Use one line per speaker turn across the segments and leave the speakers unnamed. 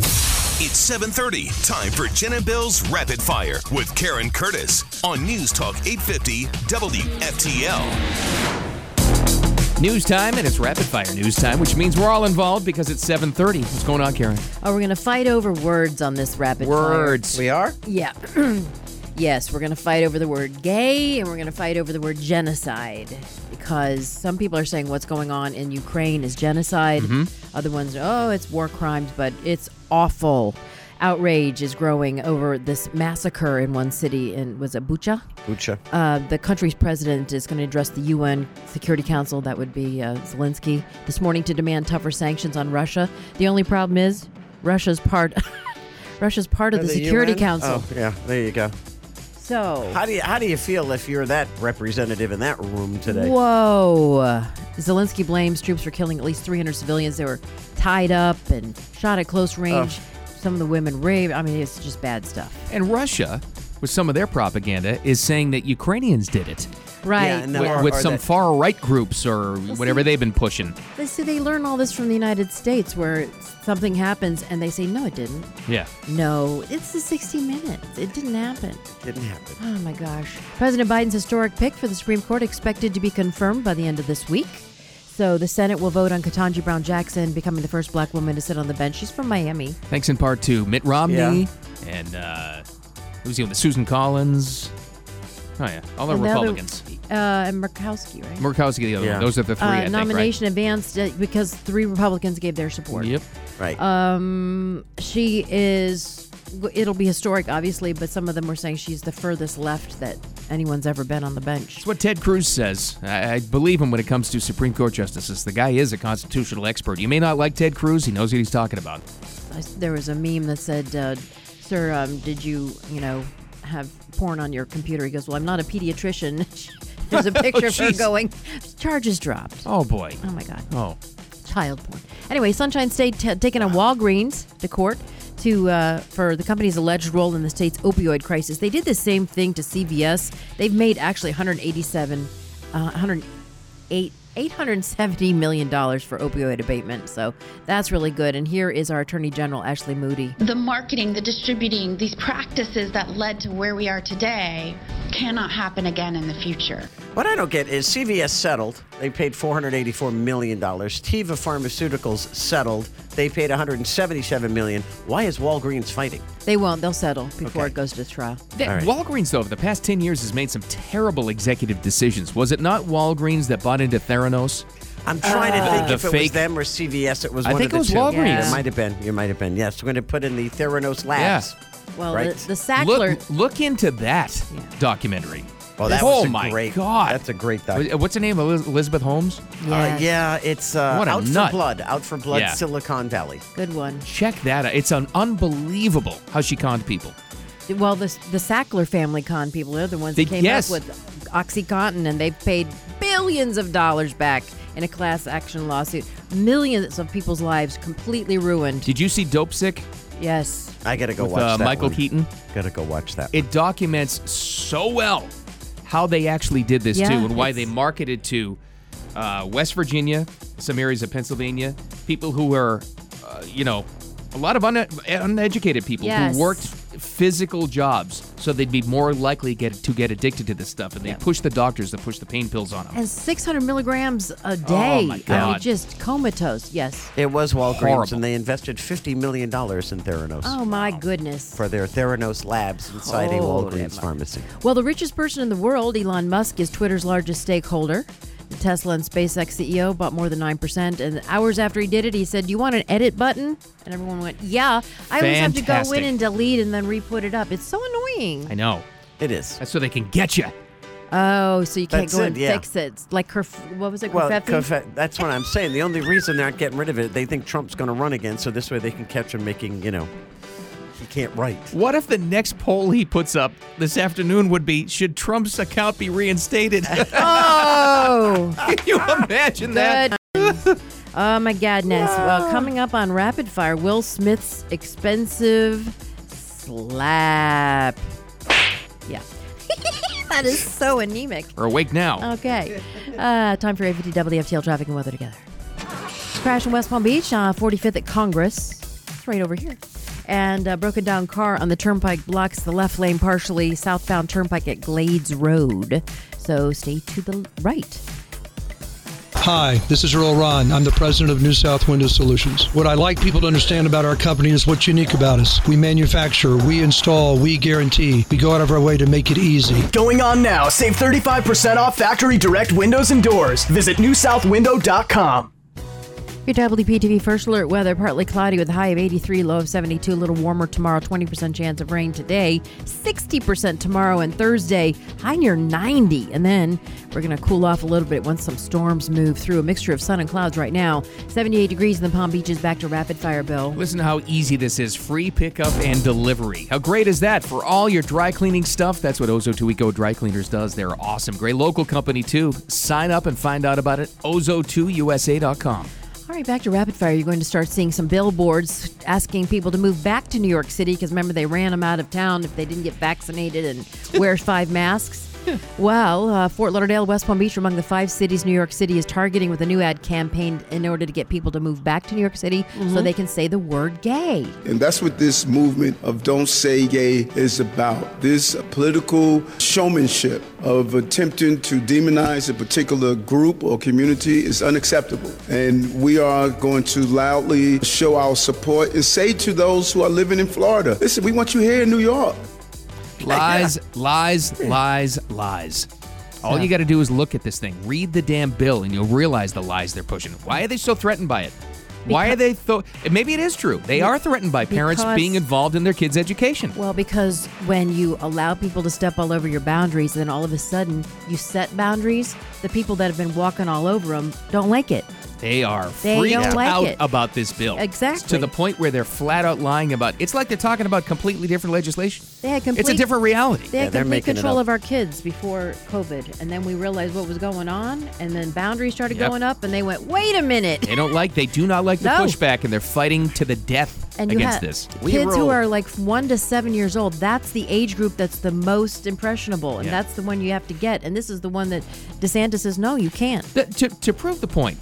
It's 7:30. Time for Jen and Bill's Rapid Fire with Karen Curtis on News Talk 850 WFTL.
News time, and it's rapid fire news time, which means we're all involved because it's 7:30. What's going on, Karen?
Oh, we're going to fight over words on this rapid
Words.
We are?
fire. Yeah. yes, we're going to fight over the word gay and we're going to fight over the word genocide because some people are saying what's going on in Ukraine is genocide. Other ones, oh, it's war crimes, but it's awful. Outrage is growing over this massacre in one city in was it Bucha?
Ucha.
Uh, the country's president is going to address the UN Security Council, that would be uh, Zelensky, this morning to demand tougher sanctions on Russia. The only problem is Russia's part. Russia's part of the, Security Council.
Oh, yeah. There you go.
So,
How do you how do you feel if you're that representative in that room today?
whoa. Zelensky blames troops for killing at least 300 civilians. They were tied up and shot at close range.
Oh.
Some of the women raped. I mean, it's just bad stuff.
And Russia, with some of their propaganda, is saying that Ukrainians did it
Right.
Yeah, and then
with,
or-
with
or
some
that-
far right groups or whatever
see-
they've been pushing.
They say they learn all this from the United States where something happens and they say, no, it didn't.
Yeah.
No, it's the 60 Minutes. It didn't happen.
didn't happen.
Oh my gosh. President Biden's historic pick for the Supreme Court expected to be confirmed by the end of this week. So the Senate will vote on Katanji Brown Jackson becoming the first black woman to sit on the bench. She's from Miami.
Thanks in part to Mitt Romney and uh, who was he with? Susan Collins. Oh yeah, all the
And the other-
Republicans.
Uh, and Murkowski, right?
Murkowski, the other
Yeah.
one. Those are the three. I
uh,
think,
nomination advanced uh, because three Republicans gave their support.
Right? Yep.
Right.
Uh,
Um, she is. It'll be historic, obviously, but some of them were saying she's the furthest left that anyone's ever been on the bench.
It's what Ted Cruz says. I, I believe him when it comes to Supreme Court justices. The guy is a constitutional expert. You may not like Ted Cruz. He knows what he's talking about.
I, there was a meme that said, uh, "Sir, um, did you, you know, have porn on your computer?" He goes, "Well, I'm not a pediatrician." There's a picture of her
jeez.
going. Charges dropped. Oh.
Oh boy.
my God,
Oh.
child porn. Anyway, Sunshine State t- taking a Walgreens to court to uh, for the company's alleged role in the state's opioid crisis. They did the same thing to CVS. They've made actually 187, uh, 108. $870 million for opioid abatement. So that's really good. And here is our Attorney General, Ashley Moody.
the marketing, the distributing, these practices that led to where we are today cannot happen again in the future.
What I don't get is CVS settled. They paid $484 million. Teva Pharmaceuticals settled. They paid $177 million. Why is Walgreens fighting?
They won't. They'll settle before
Okay.
it goes to trial.
That, Walgreens, though, over the past 10 years has made some terrible executive decisions. Was it not Walgreens that bought into Theranos?
I'm trying to think
Uh, The
if it was
fake-
them or CVS. It was
I
one
think
of
it
the
was
two.
Walgreens.
Yeah.
It might have been. You might have been. Yes, we're going to put in the Theranos labs.
Well,
Right. uh,
the, the Sackler.
Look, look into that
Yeah.
documentary.
Oh, that
oh
was a
my
great-
God.
that's a great doc.
Wha- What's her name? Eliz- Elizabeth Holmes?
Uh, yeah, it's uh,
What a
Out
nut.
for Blood. Out for Blood,
Yeah.
Silicon Valley.
Good one.
Check that out. It's an unbelievable how she conned people.
Well, the the Sackler family con people they're the ones
They-
that came
yes.
up with OxyContin, and they've paid billions of dollars back in a class action lawsuit. Millions of people's lives completely ruined.
Did you see Dope Sick?
Yes.
I got to go
With,
watch
uh,
that
Michael
one.
Keaton?
Gotta go watch that.
It documents so well how they actually did this,
Yeah,
too, and why
it's-
they marketed to uh, West Virginia, some areas of Pennsylvania, people who were, uh, you know, a lot of une- uneducated people
Yes.
who worked physical jobs so they'd be more likely get to get addicted to this stuff and they push the doctors to push the pain pills on them
And 600 milligrams a day.
Oh, my
I
God.
mean, just comatose. Yes.
It was Walgreens,
Horrible.
and they invested $50 million in Theranos
Oh my goodness.
for their Theranos labs inside a
Holy
Walgreens
mo-
pharmacy.
Well, the richest person in the world, Elon Musk, is Twitter's largest stakeholder. The Tesla and SpaceX CEO bought more than 9%. And hours after he did it, he said, Do you want an edit button? And everyone went, Yeah. I always have to go
Fantastic.
in and delete and then re put it up. It's so annoying.
i know
It is.
that's so they can get you
Oh, so you can't
That's
go
it,
and
yeah.
fix it. It's Like, Kerf- what was it?
Well,
Kerfefe?
Kofe- that's what I'm saying. The only reason they're not getting rid of it, they think Trump's going to run again, so this way they can catch him making, you know, he can't write.
what if the next poll he puts up this afternoon would be should trump's account be reinstated can
oh,
you imagine that
good. oh, my goodness. Well, coming up on Rapid Fire, Will Smith's expensive slap. Yeah. that is so anemic.
we're awake now
Oh, Okay. Uh, time for AVT WFTL traffic and weather together. Crash in West Palm Beach, uh, 45th at Congress. It's right over here. And a broken down car on the turnpike blocks the left lane partially, southbound turnpike at Glades Road. So stay to the right.
Hi, this is Earl Ron. I'm the president of New South Window Solutions. What I like people to understand about our company is what's unique about us. We manufacture, we install, we guarantee. We go out of our way to make it easy.
Going on now. Save 35% off factory direct windows and doors. Visit newsouthwindow.com.
Your WDP TV first alert weather partly cloudy with a high of 83, low of 72, a little warmer tomorrow, 20% chance of rain today, 60% tomorrow and Thursday, high near 90. And then we're going to cool off a little bit once some storms move through. A mixture of sun and clouds right now, 78 degrees in the Palm Beaches, back to rapid fire, Bill.
Listen to how easy this is free pickup and delivery. How great is that for all your dry cleaning stuff? That's what Ozo Tuico Dry Cleaners does. They're awesome. Great local company, too. Sign up and find out about it. Ozo2USA.com.
All right, back to rapid fire. You're going to start seeing some billboards asking people to move back to New York City because remember they ran them out of town if they didn't get vaccinated and wear five masks. Well, uh, Fort Lauderdale, West Palm Beach are among the five cities New York City is targeting with a new ad campaign in order to get people to move back to New York City
Mm-hmm.
so they can say the word gay.
And that's what this movement of Don't Say Gay is about. This political showmanship of attempting to demonize a particular group or community is unacceptable. And we are going to loudly show our support and say to those who are living in Florida listen, we want you here in New York.
Lies, lies, lies, lies. All you got to do is look at this thing, read the damn bill, and you'll realize the lies they're pushing. Why are they so threatened by it? Why are they so? Maybe it is true. They are threatened by parents
Because-
being involved in their kids' education.
Well, because when you allow people to step all over your boundaries, then all of a sudden you set boundaries, the people that have been walking all over them don't like it.
They are
They
freaked
don't like
out
it.
about this bill.
Exactly.
To the point where they're flat out lying about It's like they're talking about completely different legislation.
They had complete,
it's a different reality.
They had
they're
complete
making it
control
up.
of our kids before COVID, and then we realized what was going on, and then boundaries started
Yep.
going up, and they went, "Wait a minute!"
They don't like, they do not like the
No.
pushback, and they're fighting to the death
And you
against
have
this.
We
kids who
roll.
are like one to seven years old. That's the age group that's the most impressionable, and
Yeah.
that's the one you have to get. And this is the one that DeSantis says, "No, you can't."
Th- to, to prove the point,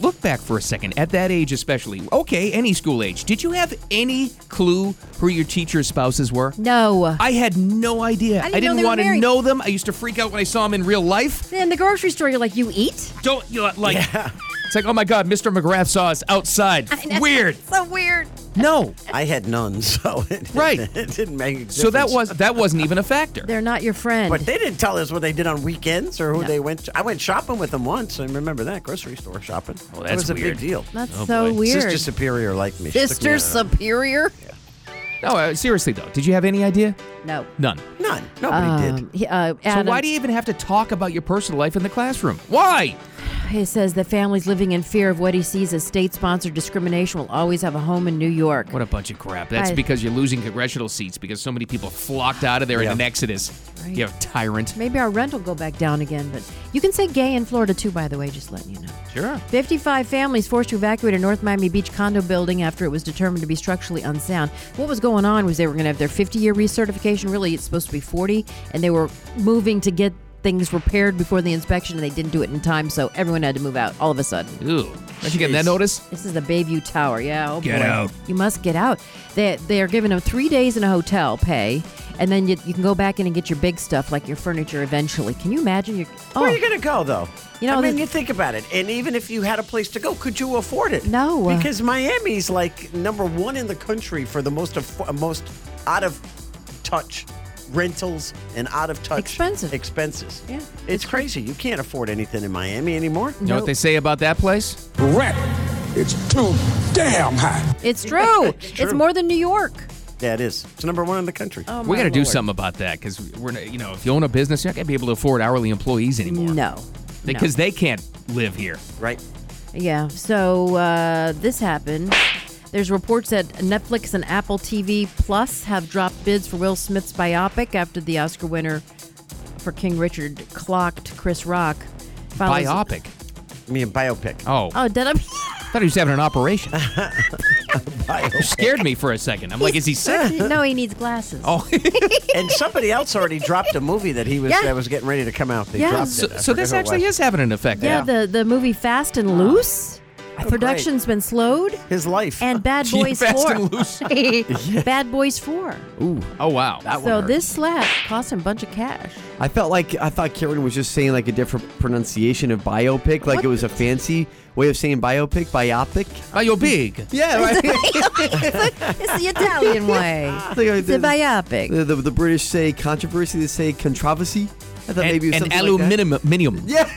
look back for a second. At that age, especially, okay, any school age, did you have any clue who your teacher's spouses were?
No.
I had no idea.
I didn't
I
know
didn't
they were
want to
married.
know them. I used to freak out when I saw them in real life.
In the grocery store, you're like, "You eat?"
Don't you know, like? It's like, oh my God, Mr. McGrath saw us outside. Weird.
so weird.
No.
I had none, so it,
Right.
it didn't make a difference.
So that was that wasn't even a factor.
They're not your friend.
But they didn't tell us what they did on weekends or who they went to. I went shopping with them once. I remember that grocery store shopping.
Well,
that
that's
was a
weird.
big deal.
that's
Oh,
so
boy.
weird.
Sister Superior like me. She took me
Sister
out.
Superior?
No, uh, seriously though, did you have any idea?
No.
None.
None. Nobody did.
Um, he- uh, Adam-
So why do you even have to talk about your personal life in the classroom? Why?
He says that families living in fear of what he sees as state sponsored discrimination will always have a home in New York.
What a bunch of crap. That's
I-
because you're losing congressional seats because so many people flocked out of there
Yeah.
in an exodus.
Right.
You tyrant.
Maybe our rent will go back down again, but you can say gay in Florida too, by the way, just letting you know.
Sure.
55 families forced to evacuate a North Miami Beach condo building after it was determined to be structurally unsound. What was going on was they were going to have their 50 year recertification. Really, it's supposed to be 40, and they were moving to get things repaired before the inspection, and they didn't do it in time, so everyone had to move out all of a sudden.
Ooh. Aren't you getting that notice?
This is the Bayview Tower. Yeah. Oh
Get
boy.
out.
You must get out. They, they are giving them three days in a hotel pay, and then you, you can go back in and get your big stuff like your furniture eventually. Can you imagine? Your, oh,
Where are you going to go, though?
You know,
I mean,
the-
you think about it, and even if you had a place to go, could you afford it?
No.
because Miami's like number one in the country for the most aff- most out of touch rentals and out of touch
Expensive.
expenses.
Yeah.
it's, crazy. You can't afford anything in Miami anymore.
You know what they say about that place?
Rent. It's too damn high.
it's true.
It's true.
It's more than New York.
Yeah, it is. It's number one in the country.
Oh,
we
my
got to do
Lord.
something about that because we're, not- you know, if you own a business, you're not going to be able to afford hourly employees anymore.
No.
Because they can't live here.
Right.
Yeah. So uh, this happened. There's reports that Netflix and Apple TV Plus have dropped bids for Will Smith's biopic after the Oscar winner for King Richard clocked Chris Rock. Follows-
Biopic.
I mean, biopic.
Oh.
Oh, did I?
I thought he was having an operation. You scared me for a second. I'm like, is he sick?
no, he needs glasses.
Oh.
and somebody else already dropped a movie that he was
Yeah.
that was getting ready to come out. They
Yeah.
dropped it.
so
I
so
forget
this
who it
actually
was.
is having an effect.
yeah, the the movie Fast and Loose. Production's been slowed.
His life.
And Bad Boys
Fast
4.
and loose.
Bad Boys 4.
Oh wow.
That one
So
hurt.
this slap cost him a bunch of cash.
I felt like I thought Karen was just saying like a different pronunciation of biopic, like it was a fancy way of saying biopic, biopic.
Oh, you're big.
Yeah, right. uh,
It's the Italian way. it's a biopic.
the, the, the British say controversy, they say controversy. I thought
And,
maybe it was
and
something like that.
aluminum. minimum. Yeah.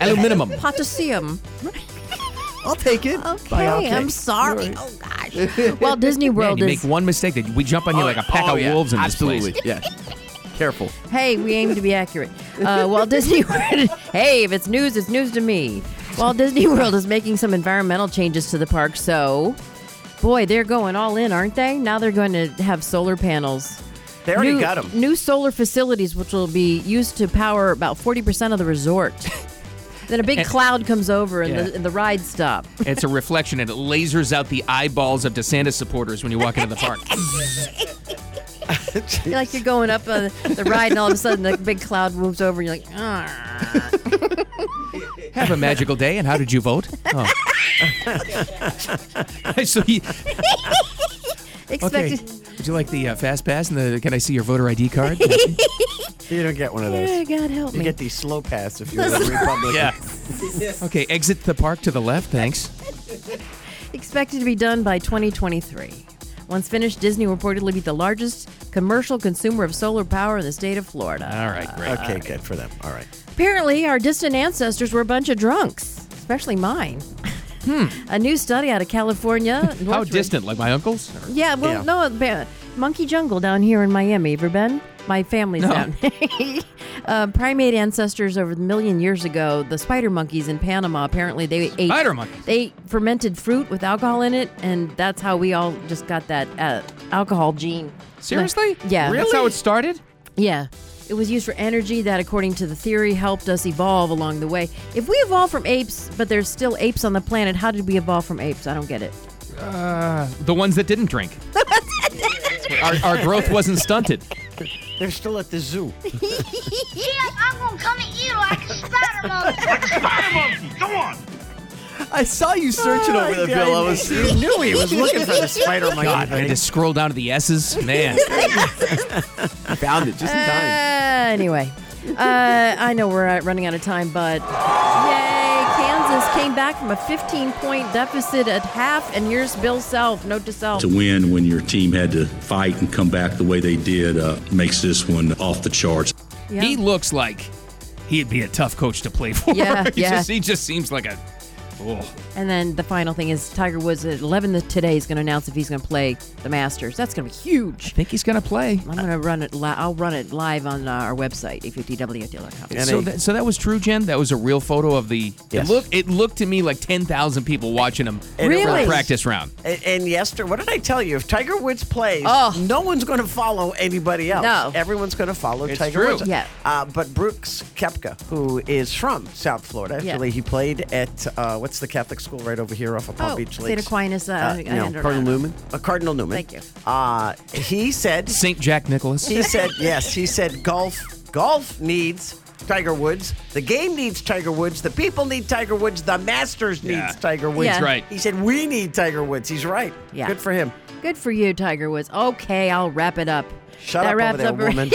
aluminum.
Potassium.
I'll take it.
Okay,
Biopic.
I'm sorry. Oh gosh. Well, Disney
Man,
World
you
is.
make one mistake, that we jump on you like a pack
Oh,
of
yeah.
wolves in this place.
Absolutely. Yes. Careful.
Hey, we aim to be accurate. Uh, Walt Disney World. hey, if it's news, it's news to me. Walt Disney World is making some environmental changes to the park, so boy, they're going all in, aren't they? Now they're going to have solar panels.
They already
new,
got him.
New solar facilities, which will be used to power about forty percent of the resort. then a big cloud comes over and,
Yeah.
the, and the ride stop.
It's a reflection and it lasers out the eyeballs of DeSantis supporters when you walk into the park.
You're like you're going up uh, the ride, and all of a sudden the big cloud moves over, and you're like, ah.
Have a magical day, and how did you vote? Oh. so he, okay.
Expected.
Would you like the uh, fast pass and the can I see your voter ID card?
You don't get one of
Yeah,
those.
God help
You
me.
get these slow pass if you're a Republican.
yeah. Okay, exit the park to the left, thanks.
expected to be done by 2023. Once finished, Disney will reportedly be the largest commercial consumer of solar power in the state of Florida.
All right, great.
Okay, good for them. All right.
Apparently, our distant ancestors were a bunch of drunks, especially mine. a new study out of California.
Hmm. How
Northridge-
distant? Like my uncles? Or-
Yeah, well, no, ba- Monkey Jungle down here in Miami. Ever been? My family's down. uh, primate ancestors over a million years ago, the spider monkeys in Panama. Apparently, they ate
Spider monkeys.
They ate fermented fruit with alcohol in it, and that's how we all just got that uh, alcohol gene.
Seriously?
Yeah.
That's how it started?
Yeah. It was used for energy that, according to the theory, helped us evolve along the way. If we evolved from apes, but there's still apes on the planet, how did we evolve from apes? I don't get it.
The ones that didn't drink. our, our growth wasn't stunted.
They're still at the zoo.
I'm gonna come at you like a spider
I saw you
Oh,
searching over the bill. I was
You knew he was looking for the spider monkey.
God, I had to scroll down to the S's. Man.
found it just in time.
Uh, anyway, uh, I know we're uh, running out of time, but yay! Kansas came back from a 15 point deficit at half, and here's Bill Self. Note to self.
To win when your team had to fight and come back the way they did uh, makes this one off the charts.
Yeah.
He looks like he'd be a tough coach to play for.
Yeah,
He
yeah.
Just, he just seems like a. Oh.
And then the final thing is Tiger Woods at 11 th- today is going to announce if he's going to play the Masters. That's going to be huge.
Think he's gonna play.
I'm going to run it. Li- I'll run it live on uh, our website, a50w.com.
So that, so that was true, Jen. That was a real photo of the.
Yes.
It looked it looked to me like ten thousand people watching him for the
Really?
practice round.
And, and yesterday, what did I tell you? If Tiger Woods plays,
Oh.
no one's going to follow anybody else.
No.
Everyone's going to follow
It's
Tiger
true.
Woods.
Yeah.
Uh, but Brooks Kepka, who is from South Florida,
Yeah.
actually, he played at uh, what's the Catholic school right over here off of Palm
Oh,
Beach
St.
Lake?
Aquinas. Uh, I
no,
don't know.
Cardinal Newman.
Uh, Cardinal Newman.
Thank you.
Uh, he said,
Saint Jack Nicholas.
he said, yes, he said golf, golf needs Tiger Woods. The game needs Tiger Woods. The people need Tiger Woods. The Masters
Yeah.
needs Tiger Woods.
Yeah.
Right.
He said, we need Tiger Woods. He's right.
Yeah.
Good for him.
Good for you, Tiger Woods. Okay, I'll wrap it up.
Shut
that
up
wraps
over there,
up
woman.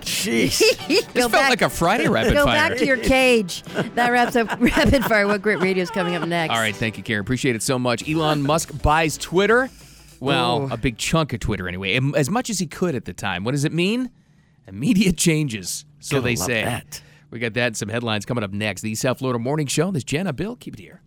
Jeez.
This
go
felt
back-
like a Friday rapid
Go
fire.
back to your cage. That wraps up Rapid Fire. What great radio is coming up next?
All right, thank you, Karen. Appreciate it so much. Elon Musk buys Twitter. Well, a big chunk of Twitter anyway, am- as much as he could at the time. What does it mean? Immediate changes, so
Gotta
they
love
say.
that.
We got that and some headlines coming up next. The South Florida Morning Show. This is Jenna Bill. Keep it here.